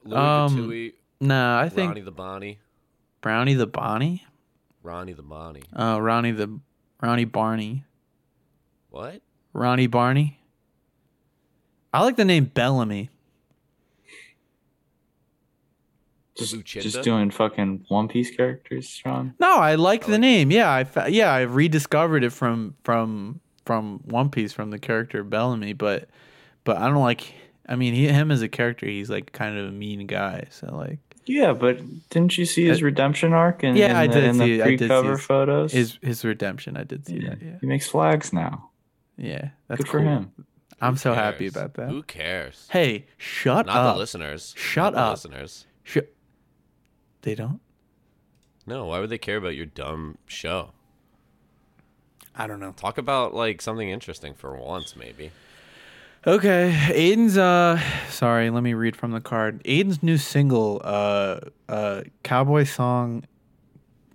Speaker 3: Louis
Speaker 1: Um,
Speaker 3: Vuitton,
Speaker 1: no, I think
Speaker 3: Ronnie the Bonnie.
Speaker 1: Brownie the Bonnie.
Speaker 3: Ronnie the Bonnie.
Speaker 1: Oh, Ronnie the Ronnie Barney.
Speaker 3: What?
Speaker 1: Ronnie Barney. I like the name Bellamy.
Speaker 2: Just,
Speaker 3: Luchinda?
Speaker 2: just doing fucking One Piece characters, Sean.
Speaker 1: No, I like the name. Yeah, I fa- yeah, I rediscovered it from from from One Piece from the character Bellamy, but but I don't like. I mean, he, him as a character, he's like kind of a mean guy. So like
Speaker 2: Yeah, but didn't you see his redemption arc in,
Speaker 1: Uh, Yeah,
Speaker 2: in
Speaker 1: I
Speaker 2: the,
Speaker 1: did
Speaker 2: in
Speaker 1: see-
Speaker 2: the
Speaker 1: I did see
Speaker 2: pre-cover
Speaker 1: his-
Speaker 2: photos?
Speaker 1: his his redemption, I did see
Speaker 2: yeah.
Speaker 1: that. Yeah,
Speaker 2: He makes flags now.
Speaker 1: yeah, that's
Speaker 2: Good for
Speaker 1: cool.
Speaker 2: him.
Speaker 1: I'm so happy
Speaker 3: cares?
Speaker 1: about that.
Speaker 3: Who cares?
Speaker 1: Hey, shut
Speaker 3: Not
Speaker 1: up.
Speaker 3: the listeners.
Speaker 1: Shut
Speaker 3: Not the
Speaker 1: up.
Speaker 3: listeners.
Speaker 1: Sh- they don't.
Speaker 3: No, why would they care about your dumb show?
Speaker 1: I don't know.
Speaker 3: Talk about like something interesting for once, maybe.
Speaker 1: Okay, Aiden's uh sorry, let me read from the card. Aiden's new single uh uh cowboy song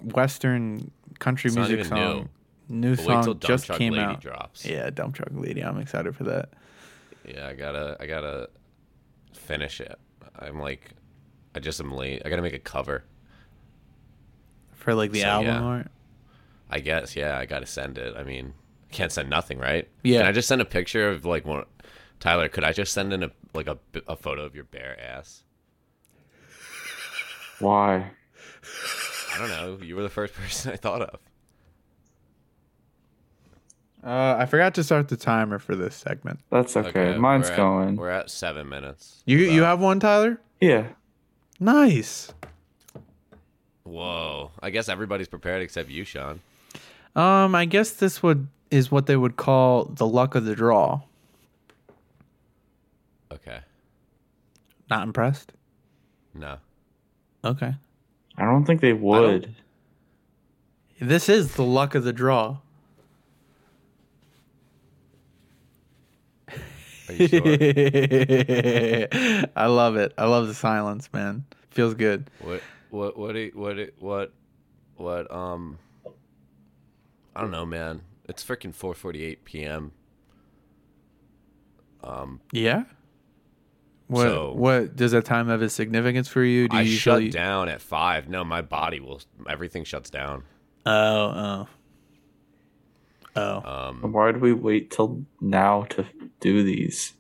Speaker 1: western country
Speaker 3: It's not
Speaker 1: music
Speaker 3: even
Speaker 1: song new
Speaker 3: But wait till
Speaker 1: song
Speaker 3: Dump
Speaker 1: just
Speaker 3: Truck
Speaker 1: came
Speaker 3: Lady
Speaker 1: out.
Speaker 3: drops.
Speaker 1: Yeah, Dump Truck Lady. I'm excited for that.
Speaker 3: Yeah, I gotta, I gotta finish it. I'm like, I just am late. I gotta make a cover.
Speaker 1: For like the
Speaker 3: So,
Speaker 1: album
Speaker 3: yeah.
Speaker 1: art.
Speaker 3: I guess. Yeah, I gotta send it. I mean, I can't send nothing, right?
Speaker 1: Yeah.
Speaker 3: Can I just send a picture of like one? Tyler, could I just send in a like a, a photo of your bare ass?
Speaker 2: Why?
Speaker 3: I don't know. You were the first person I thought of.
Speaker 1: Uh I forgot to start the timer for this segment.
Speaker 2: That's okay. Mine's
Speaker 3: we're at-
Speaker 2: going.
Speaker 3: we're at seven minutes.
Speaker 1: You you have one, Tyler?
Speaker 2: yeah.
Speaker 1: Nice.
Speaker 3: Whoa! I guess everybody's prepared except you, Sean.
Speaker 1: Um I guess this would is what they would call the luck of the draw.
Speaker 3: Okay.
Speaker 1: Not impressed?
Speaker 3: No.
Speaker 1: Okay.
Speaker 2: I don't think they would.
Speaker 1: This is the luck of the draw.
Speaker 3: Are you sure?
Speaker 1: I love it. I love the silence, man. Feels good.
Speaker 3: what? What? What? do- What? do- What? What? Um. I don't know, man. It's freaking 4:48 p.m. Um,
Speaker 1: Yeah. What
Speaker 3: So-
Speaker 1: what does that time have a significance for you? Do
Speaker 3: I
Speaker 1: you
Speaker 3: shut
Speaker 1: usually-
Speaker 3: down at five. No, my body will. Everything shuts down.
Speaker 1: Oh, oh. Oh.
Speaker 3: Um,
Speaker 2: Why do we wait till now to do these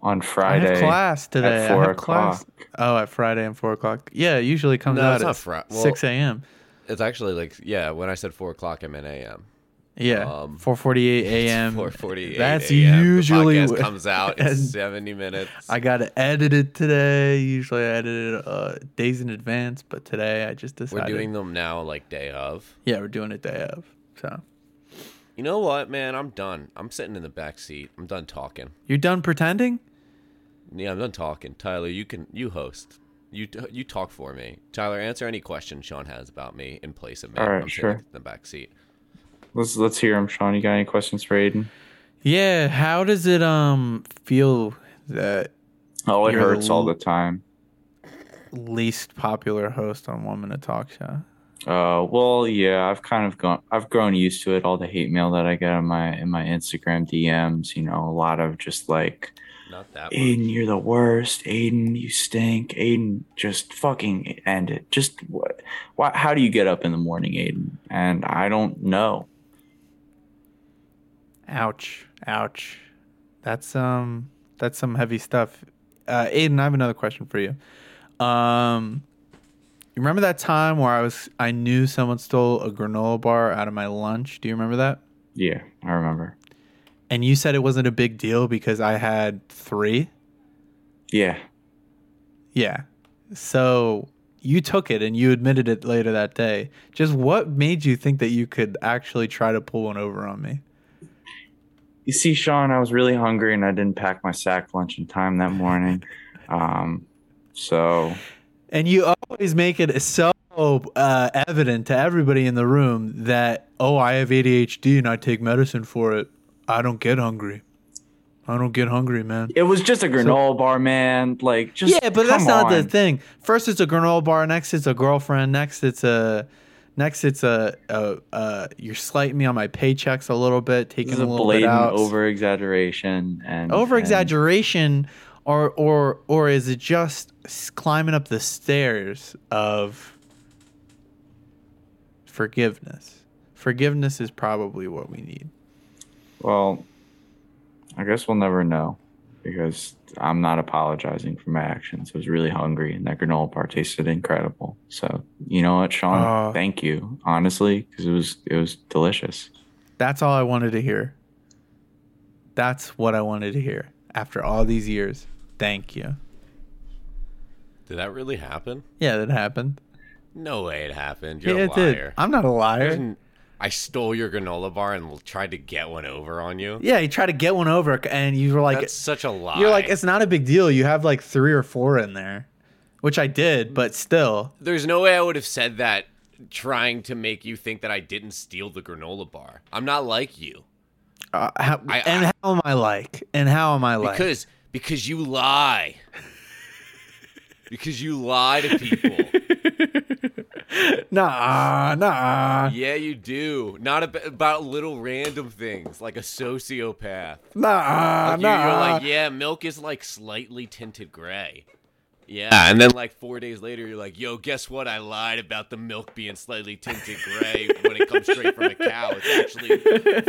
Speaker 2: on
Speaker 1: I
Speaker 2: Friday?
Speaker 1: have class today. I
Speaker 2: four
Speaker 1: have class. Oh, at Friday and four o'clock. Yeah, it usually comes
Speaker 3: No,
Speaker 1: out
Speaker 3: it's
Speaker 1: at
Speaker 3: not Fri- well-
Speaker 1: six a.m.
Speaker 3: it's actually like yeah. When I said four o'clock, I'm in a.m.
Speaker 1: Yeah,
Speaker 3: um,
Speaker 1: four forty-eight a.m.
Speaker 3: Four forty-eight.
Speaker 1: That's
Speaker 3: a.m.
Speaker 1: usually
Speaker 3: the podcast
Speaker 1: wh-
Speaker 3: comes out in
Speaker 1: and-
Speaker 3: seventy minutes.
Speaker 1: I got to edit it today. Usually I edit it uh, days in advance, but today I just
Speaker 3: We're
Speaker 1: decided.
Speaker 3: doing them now, like day of.
Speaker 1: yeah, we're doing it day of. So
Speaker 3: You know what, man? I'm done. I'm sitting in the back seat. I'm done talking.
Speaker 1: you're done pretending?
Speaker 3: Yeah, I'm done talking. Tyler, you can you host. You t- you talk for me. Tyler, answer any question Sean has about me in place of me.
Speaker 2: All right,
Speaker 3: I'm
Speaker 2: sure.
Speaker 3: sitting in the back seat.
Speaker 2: Let's let's hear him, Sean. You got any questions for Aiden?
Speaker 1: Yeah. How does it um feel that
Speaker 2: Oh, it
Speaker 1: You're the
Speaker 2: hurts all the time.
Speaker 1: least popular host on One Minute Talk Show?
Speaker 2: Uh, well, yeah, I've kind of gone. I've grown used to it. All the hate mail that I get on my in my Instagram DMs. You know, a lot of just like
Speaker 3: Not that much.
Speaker 2: Aiden, you're the worst. Aiden, you stink. Aiden, just fucking end it. Just what? Why, how do you get up in the morning, Aiden? And I don't know.
Speaker 1: Ouch. Ouch. That's um that's some heavy stuff. Uh Aiden, I have another question for you. Um you remember that time where I was I knew someone stole a granola bar out of my lunch? Do you remember that?
Speaker 2: Yeah, I remember.
Speaker 1: And you said it wasn't a big deal because I had 3?
Speaker 2: Yeah,
Speaker 1: Yeah. So you took it and you admitted it later that day. Just what made you think that you could actually try to pull one over on me?
Speaker 2: You see, Sean, I was really hungry and I didn't pack my sack lunch in time that morning. Um, so
Speaker 1: And you always make it so uh, evident to everybody in the room that, oh, I have ADHD and I take medicine for it. I don't get hungry. I don't get hungry, man.
Speaker 2: it was just a granola bar, man. Like, just
Speaker 1: yeah, but that's
Speaker 2: come
Speaker 1: not the
Speaker 2: on.
Speaker 1: thing. First, it's a granola bar. Next, it's a girlfriend. Next, it's a. Next, it's a, a, a you're slighting me on my paychecks a little bit, taking
Speaker 2: This is
Speaker 1: a
Speaker 2: a
Speaker 1: little bit out.
Speaker 2: blatant over exaggeration and
Speaker 1: over
Speaker 2: and-
Speaker 1: exaggeration or or or is it just s- climbing up the stairs of forgiveness forgiveness is probably what we need
Speaker 2: Well, I guess we'll never know because I'm not apologizing for my actions. I was really hungry and that granola bar tasted incredible. So you know what, Sean?
Speaker 1: Uh.
Speaker 2: Thank you, honestly, because it was it was delicious.
Speaker 1: that's all i wanted to hear that's what i wanted to hear after all these years thank you
Speaker 3: Did that really happen?
Speaker 1: yeah that happened
Speaker 3: No way it happened. You're
Speaker 1: yeah,
Speaker 3: a
Speaker 1: it
Speaker 3: liar.
Speaker 1: i'm not a liar
Speaker 3: Didn't- I stole your granola bar and tried to get one over on you.
Speaker 1: yeah you try to get one over and you were like
Speaker 3: That's such a lie.
Speaker 1: you're like it's not a big deal you have like three or four in there which i did but still
Speaker 3: There's no way I would have said that trying to make you think that I didn't steal the granola bar. I'm not like you.
Speaker 1: Uh, how,
Speaker 3: I-
Speaker 1: and how am I like? And how am I like?
Speaker 3: Because because you lie. because you lie to people.
Speaker 1: nah, nah,
Speaker 3: yeah, you do. Not ab- about little random things like a sociopath.
Speaker 1: nah,
Speaker 3: Like, you- You're like, yeah, milk is like slightly tinted gray. Yeah, and then like four days later, you're like, yo, guess what? I lied about the milk being slightly tinted gray when it comes straight from a cow. It's actually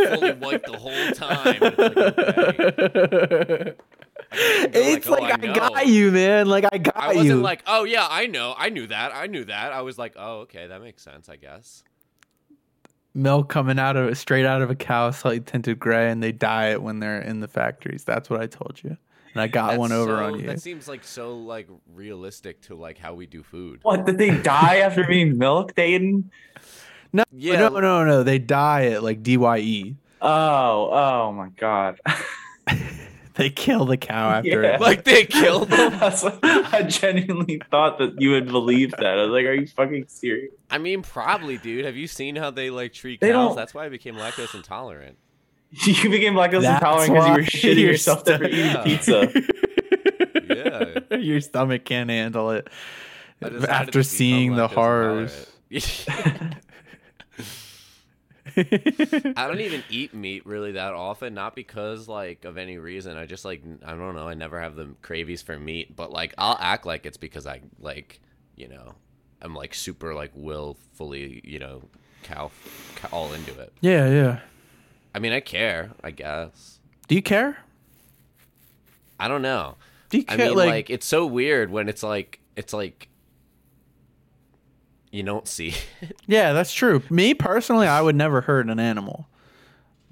Speaker 3: fully white the whole time. It's like, okay. You're
Speaker 1: it's like, I,
Speaker 3: "Oh, know."
Speaker 1: got you, man. Like I got
Speaker 3: I wasn't
Speaker 1: you.
Speaker 3: like, oh yeah, I know, I knew that, I knew that. I was like, oh okay, that makes sense, I guess.
Speaker 1: Milk coming out of straight out of a cow, slightly tinted gray, and they dye it when they're in the factories. That's what I told you, and I got
Speaker 3: That's
Speaker 1: one over
Speaker 3: so-
Speaker 1: on you.
Speaker 3: That seems like so like realistic to like how we do food.
Speaker 2: What did they die after being milked, Aiden?
Speaker 1: No,
Speaker 3: Yeah.
Speaker 1: no, no, no. They dye it like D Y E.
Speaker 2: Oh, oh my god!
Speaker 1: They kill the cow after
Speaker 2: Yeah.
Speaker 1: it.
Speaker 3: Like they killed them.
Speaker 2: That's what- I genuinely thought that you would believe that. I was like, "Are you fucking serious?"
Speaker 3: I mean, probably, dude. Have you seen how they like treat
Speaker 2: They
Speaker 3: cows?
Speaker 2: don't-
Speaker 3: That's why I became lactose intolerant.
Speaker 2: You became lactose
Speaker 1: That's
Speaker 2: intolerant because you
Speaker 1: why
Speaker 2: were shitting
Speaker 1: you're
Speaker 2: yourself after
Speaker 1: stuck-
Speaker 2: eating pizza.
Speaker 3: Yeah.
Speaker 1: Your stomach can't handle it
Speaker 3: I decided to
Speaker 1: after
Speaker 3: become
Speaker 1: seeing the
Speaker 3: lactose
Speaker 1: horrors.
Speaker 3: intolerant. I don't even eat meat really that often, not because like of any reason. I just like I don't know. I never have the cravings for meat, but like I'll act like it's because I like you know I'm like super like willfully you know cow, cow all into it.
Speaker 1: Yeah, yeah.
Speaker 3: I mean, I care, I guess.
Speaker 1: Do you care?
Speaker 3: I don't know.
Speaker 1: Do you
Speaker 3: I
Speaker 1: care?
Speaker 3: mean,
Speaker 1: like,
Speaker 3: like, it's so weird when it's like it's like you don't see.
Speaker 1: yeah, that's true. Me personally, I would never hurt an animal.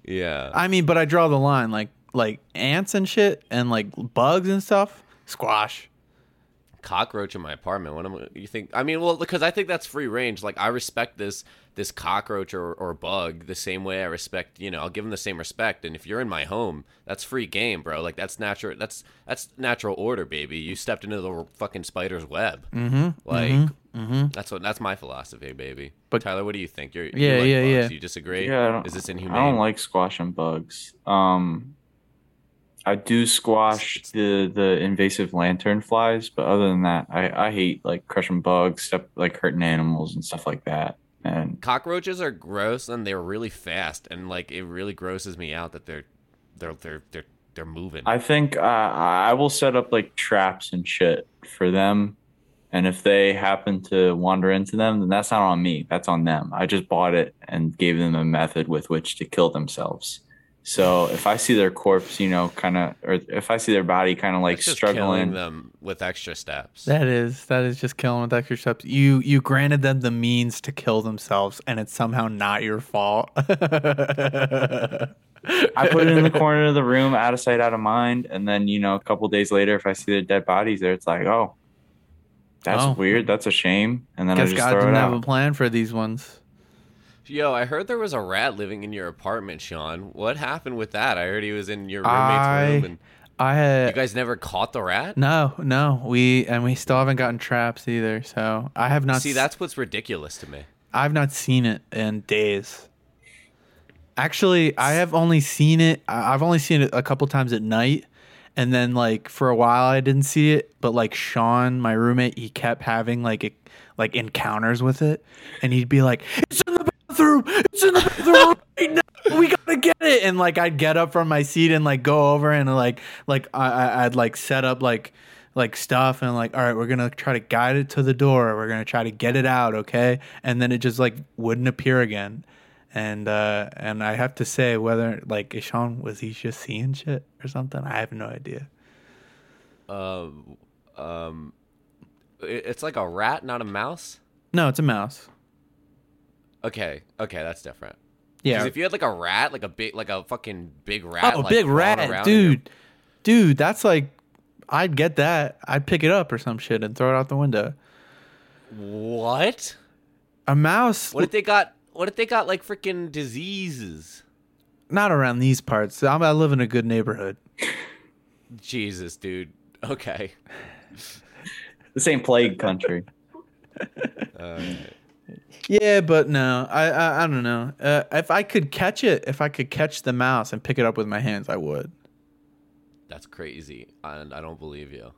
Speaker 3: yeah.
Speaker 1: I mean, but I draw the line like like ants and shit and like bugs and stuff. Squash.
Speaker 3: cockroach in my apartment. What am I- you think? I mean, well, because I think that's free range. Like I respect this this cockroach or, or bug the same way I respect you know I'll give them the same respect. And if you're in my home, that's free game, bro. Like that's natural. That's that's natural order, baby. You stepped into the fucking spider's web. Mm-hmm, like
Speaker 1: Mm-hmm.
Speaker 3: that's what that's my philosophy, baby.
Speaker 1: But-
Speaker 3: But Tyler, what do you think? You're you
Speaker 1: Yeah,
Speaker 3: like
Speaker 1: yeah,
Speaker 3: bugs.
Speaker 1: yeah.
Speaker 3: You disagree?
Speaker 2: Yeah, I don't-
Speaker 3: Is this
Speaker 2: I
Speaker 3: inhumane?
Speaker 2: don't like squashing bugs. Um, I do squash the the invasive lantern flies, but other than that, I I hate like crushing bugs, stuff like hurting animals and stuff like that. And
Speaker 3: cockroaches are gross and they're really fast and like it really grosses me out that they're they're they're they're they're moving.
Speaker 2: I think uh, I will set up like traps and shit for them. And if they happen to wander into them, then that's not on me. That's on them. I just bought it and gave them a method with which to kill themselves. So if I see their corpse, you know, kind of, or if I see their body kind of like
Speaker 3: It's just killing
Speaker 2: struggling,
Speaker 3: them with extra steps.
Speaker 1: That is that is just killing with extra steps. You you granted them the means to kill themselves, and it's somehow not your fault.
Speaker 2: I put it in the corner of the room, out of sight, out of mind. And then, you know, a couple days later, if I see their dead bodies there, it's like, oh, that's
Speaker 1: Oh.
Speaker 2: weird. That's a shame. And then I
Speaker 1: Guess
Speaker 2: just
Speaker 1: God
Speaker 2: throw
Speaker 1: didn't
Speaker 2: it
Speaker 1: have a
Speaker 2: out.
Speaker 1: plan for these ones.
Speaker 3: Yo, I heard there was a rat living in your apartment, Sean. What happened with that? I heard he was in your roommate's
Speaker 1: I-
Speaker 3: room, and
Speaker 1: I had
Speaker 3: you guys never caught the rat.
Speaker 1: no no we and we still haven't gotten traps either. So I have not
Speaker 3: See, that's what's ridiculous to me.
Speaker 1: I've not seen it in days. Actually, I have only seen it. I- I've only seen it a couple times at night, and then like for a while I didn't see it. But like Sean, my roommate, he kept having like e- like encounters with it, and he'd be like, "It's in the bathroom! It's in the bathroom right now! We gotta get it!" And like I'd get up from my seat and like go over and like like I- I, I'd like set up like like stuff and like all right we're gonna try to guide it to the door we're gonna try to get it out okay and then it just like wouldn't appear again and uh and i have to say whether like ishan was he just seeing shit or something i have no idea
Speaker 3: Um, um, it- it's like a rat, not a mouse.
Speaker 1: no it's a mouse
Speaker 3: Okay, okay, that's different. 'Cause
Speaker 1: yeah
Speaker 3: if you had like a rat, like a big, like a fucking big rat.
Speaker 1: oh
Speaker 3: like,
Speaker 1: big
Speaker 3: crawling
Speaker 1: rat
Speaker 3: around in your-
Speaker 1: dude dude that's like i'd get that i'd pick it up or some shit and throw it out the window
Speaker 3: What?
Speaker 1: a mouse
Speaker 3: What if they got? What if they got like freaking diseases?
Speaker 1: not around these parts I'm, i live in a good neighborhood
Speaker 3: Jesus, dude. Okay.
Speaker 2: This ain't plague country.
Speaker 3: Alright.
Speaker 1: Yeah, but no, I I, I don't know. Uh, if I could catch it, if I could catch the mouse and pick it up with my hands, I would.
Speaker 3: that's crazy, and I don't believe you.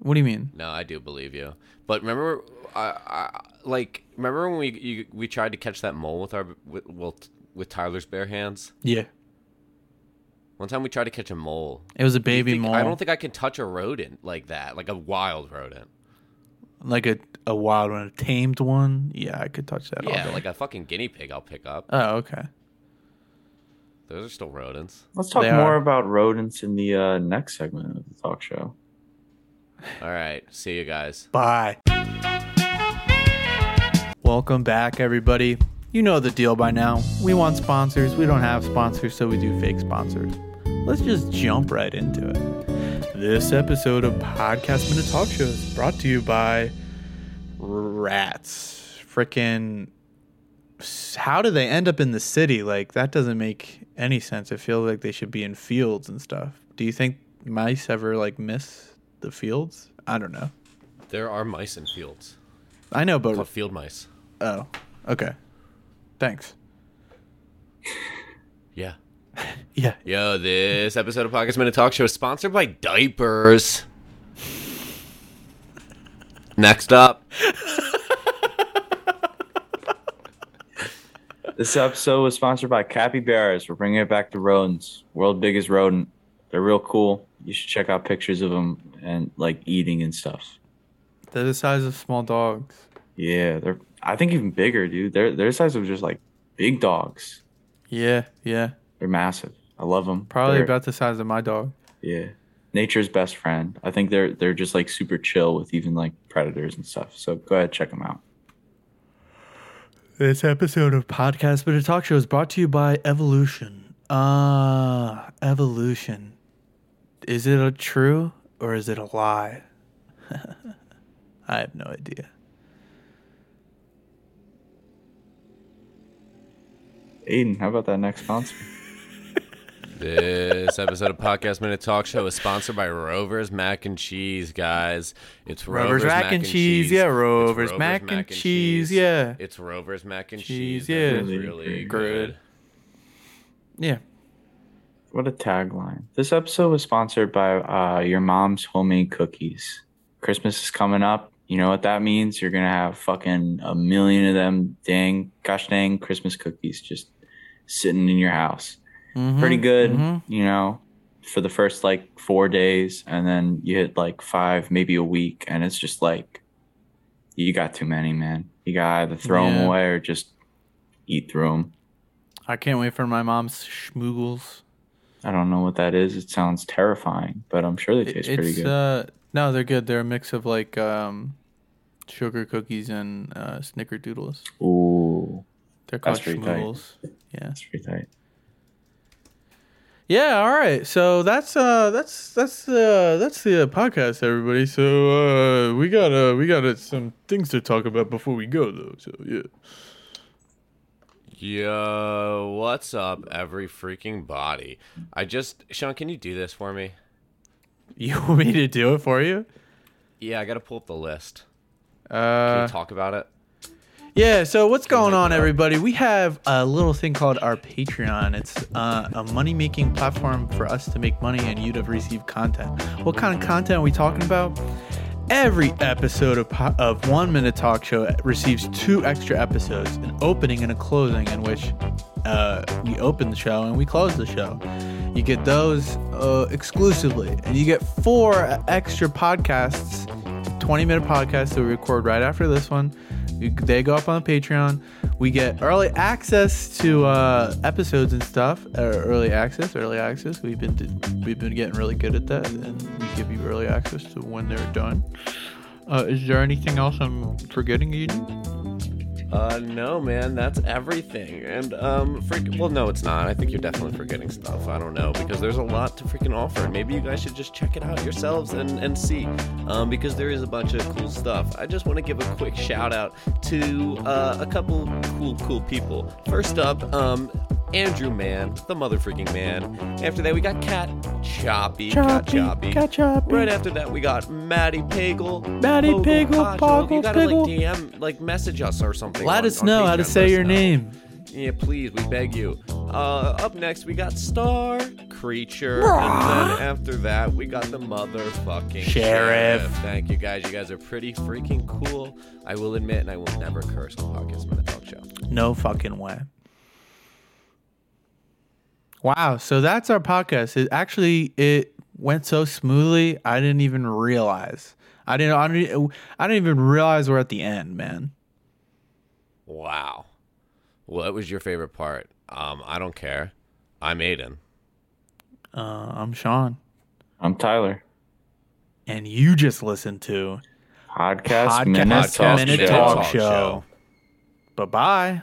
Speaker 1: What do you mean?
Speaker 3: No, I do believe you. But remember, I, I like remember when we you, we tried to catch that mole with our with well, with Tyler's bare hands.
Speaker 1: Yeah,
Speaker 3: One time we tried to catch a mole.
Speaker 1: it was a
Speaker 3: You
Speaker 1: baby
Speaker 3: think-
Speaker 1: mole,
Speaker 3: I don't think I can touch a rodent like that, like a wild rodent.
Speaker 1: like a a wild one, a tamed one. Yeah, I could touch that. all
Speaker 3: Yeah,
Speaker 1: day.
Speaker 3: like a fucking guinea pig. I'll pick up.
Speaker 1: oh okay.
Speaker 3: Those are still rodents.
Speaker 2: Let's talk
Speaker 1: They
Speaker 2: more
Speaker 1: are.
Speaker 2: about rodents in the uh, next segment of the talk show.
Speaker 3: All right, see you guys.
Speaker 1: Bye. Welcome back, everybody. You know the deal by now. We want sponsors. We don't have sponsors, so we do fake sponsors. Let's just jump right into it. This episode of Podcast Minute Talk Show is brought to you by rats. Frickin' how do they end up in the city? Like that doesn't make any sense. It feels like they should be in fields and stuff. Do you think mice ever like miss the fields? I don't know.
Speaker 3: There are mice in fields
Speaker 1: I know, but
Speaker 3: called field mice.
Speaker 1: oh, okay. Thanks.
Speaker 3: Yeah.
Speaker 1: Yeah,
Speaker 3: Yo, this episode of Pockets Minute Talk Show is sponsored by diapers. Next up.
Speaker 2: This episode was sponsored by Capybaras. We're bringing it back to rodents. World biggest rodent. They're real cool. You should check out pictures of them and like eating and stuff.
Speaker 1: they're the size of small dogs.
Speaker 2: Yeah, they're. I think even bigger, dude. They're their size of just like big dogs.
Speaker 1: Yeah, yeah.
Speaker 2: They're massive. I love them.
Speaker 1: Probably
Speaker 2: They're-
Speaker 1: about the size of my dog.
Speaker 2: yeah. Nature's best friend. I think they're they're just like super chill with even like predators and stuff. So go ahead check them out.
Speaker 1: This episode of Podcast But a Talk Show is brought to you by Evolution. Ah, evolution. Is it a true or is it a lie? I have no idea.
Speaker 2: Aiden, how about that next sponsor?
Speaker 3: This episode of Podcast Minute Talk Show is sponsored by Rover's Mac and Cheese, guys. It's Rover's, Mac, and Cheese.
Speaker 1: yeah,
Speaker 3: It's
Speaker 1: Rover's Mac and Cheese, yeah.
Speaker 3: It's Rover's Mac and
Speaker 1: Cheese,
Speaker 3: Cheese.
Speaker 1: yeah.
Speaker 3: That was
Speaker 2: Really
Speaker 3: really
Speaker 2: good.
Speaker 3: good.
Speaker 1: Yeah.
Speaker 2: What a tagline. This episode was sponsored by uh, your mom's homemade cookies. Christmas is coming up. You know what that means? You're going to have fucking a million of them dang, gosh dang Christmas cookies just sitting in your house.
Speaker 1: Mhm,
Speaker 2: Pretty good,
Speaker 1: mhm.
Speaker 2: you know, for the first like four days, and then you hit like five, maybe a week, and it's just like you got too many, man. You got to either throw them
Speaker 1: Yeah.
Speaker 2: away or just eat through them.
Speaker 1: I can't wait for my mom's schmoogles.
Speaker 2: I don't know what that is. It sounds terrifying, but I'm sure they
Speaker 1: It-
Speaker 2: taste
Speaker 1: it's
Speaker 2: pretty good.
Speaker 1: uh no, they're good. They're a mix of like um sugar cookies and uh snickerdoodles.
Speaker 2: Ooh,
Speaker 1: They're called
Speaker 2: pretty tight.
Speaker 1: schmoogles. Yeah.
Speaker 2: that's pretty tight.
Speaker 1: Yeah, all right. So that's uh that's that's uh that's the uh, podcast everybody. So uh we got uh we got uh, some things to talk about before we go though. So yeah.
Speaker 3: Yo, what's up, every freaking body? I just, Sean, can you do this for me?
Speaker 1: You want me to do it for you?
Speaker 3: Yeah, I gotta pull up the list. Can
Speaker 1: Uh
Speaker 3: you talk about it?
Speaker 1: yeah, so what's going
Speaker 3: like
Speaker 1: on
Speaker 3: that.
Speaker 1: everybody? We have a little thing called our Patreon. It's uh, a money-making platform for us to make money and you to receive content. What kind of content are we talking about? Every episode of, po- of One Minute Talk Show receives two extra episodes, an opening and a closing, in which uh, we open the show and we close the show. You get those uh, exclusively, and you get four uh, extra podcasts, 20 minute podcasts that we record right after this one. You- They go up on the Patreon. We get early access to uh, episodes and stuff. Uh, early access, early access. We've been we've been getting really good at that, and we give you early access to when they're done. Uh, is there anything else I'm forgetting, Eden?
Speaker 3: Uh, no, man, that's everything. And, um, freak, well, no, it's not. I think you're definitely forgetting stuff. I don't know, because there's a lot to freaking offer. Maybe you guys should just check it out yourselves and, and see, um, because there is a bunch of cool stuff. I just want to give a quick shout out to, uh, a couple cool, cool people. First up, um, Andrew Man, the mother freaking man. After that, we got Cat Choppy. Cat Choppy.
Speaker 1: Cat Choppy.
Speaker 3: Right after that, we got Maddie Pagel.
Speaker 1: Maddie
Speaker 3: Mogul
Speaker 1: Pagel,
Speaker 3: Pacho. You
Speaker 1: Poggle,
Speaker 3: gotta
Speaker 1: Piggle.
Speaker 3: like DM, like message us or something.
Speaker 1: Let
Speaker 3: on-
Speaker 1: us
Speaker 3: on
Speaker 1: know how to
Speaker 3: Patreon.
Speaker 1: say
Speaker 3: Let us
Speaker 1: your
Speaker 3: know.
Speaker 1: name.
Speaker 3: Yeah, please, we beg you. Uh, up next, we got Star Creature, and then after that, we got the motherfucking
Speaker 1: Sheriff.
Speaker 3: Thank you guys. You guys are pretty freaking cool. I will admit, and I will never curse on podcast minute talk show.
Speaker 1: No fucking way. Wow. So that's our podcast. It actually it went so smoothly. I didn't even realize. I didn't. I didn't. I didn't even realize we're at the end, man.
Speaker 3: Wow. What was your favorite part? Um, I don't care. I'm Aiden.
Speaker 1: Uh, I'm Sean,
Speaker 2: I'm Tyler.
Speaker 1: and you just listened to
Speaker 2: Podcast,
Speaker 1: Podcast
Speaker 2: minute,
Speaker 1: Minute
Speaker 2: talk
Speaker 1: Talk
Speaker 2: show.
Speaker 1: Show. Bye bye.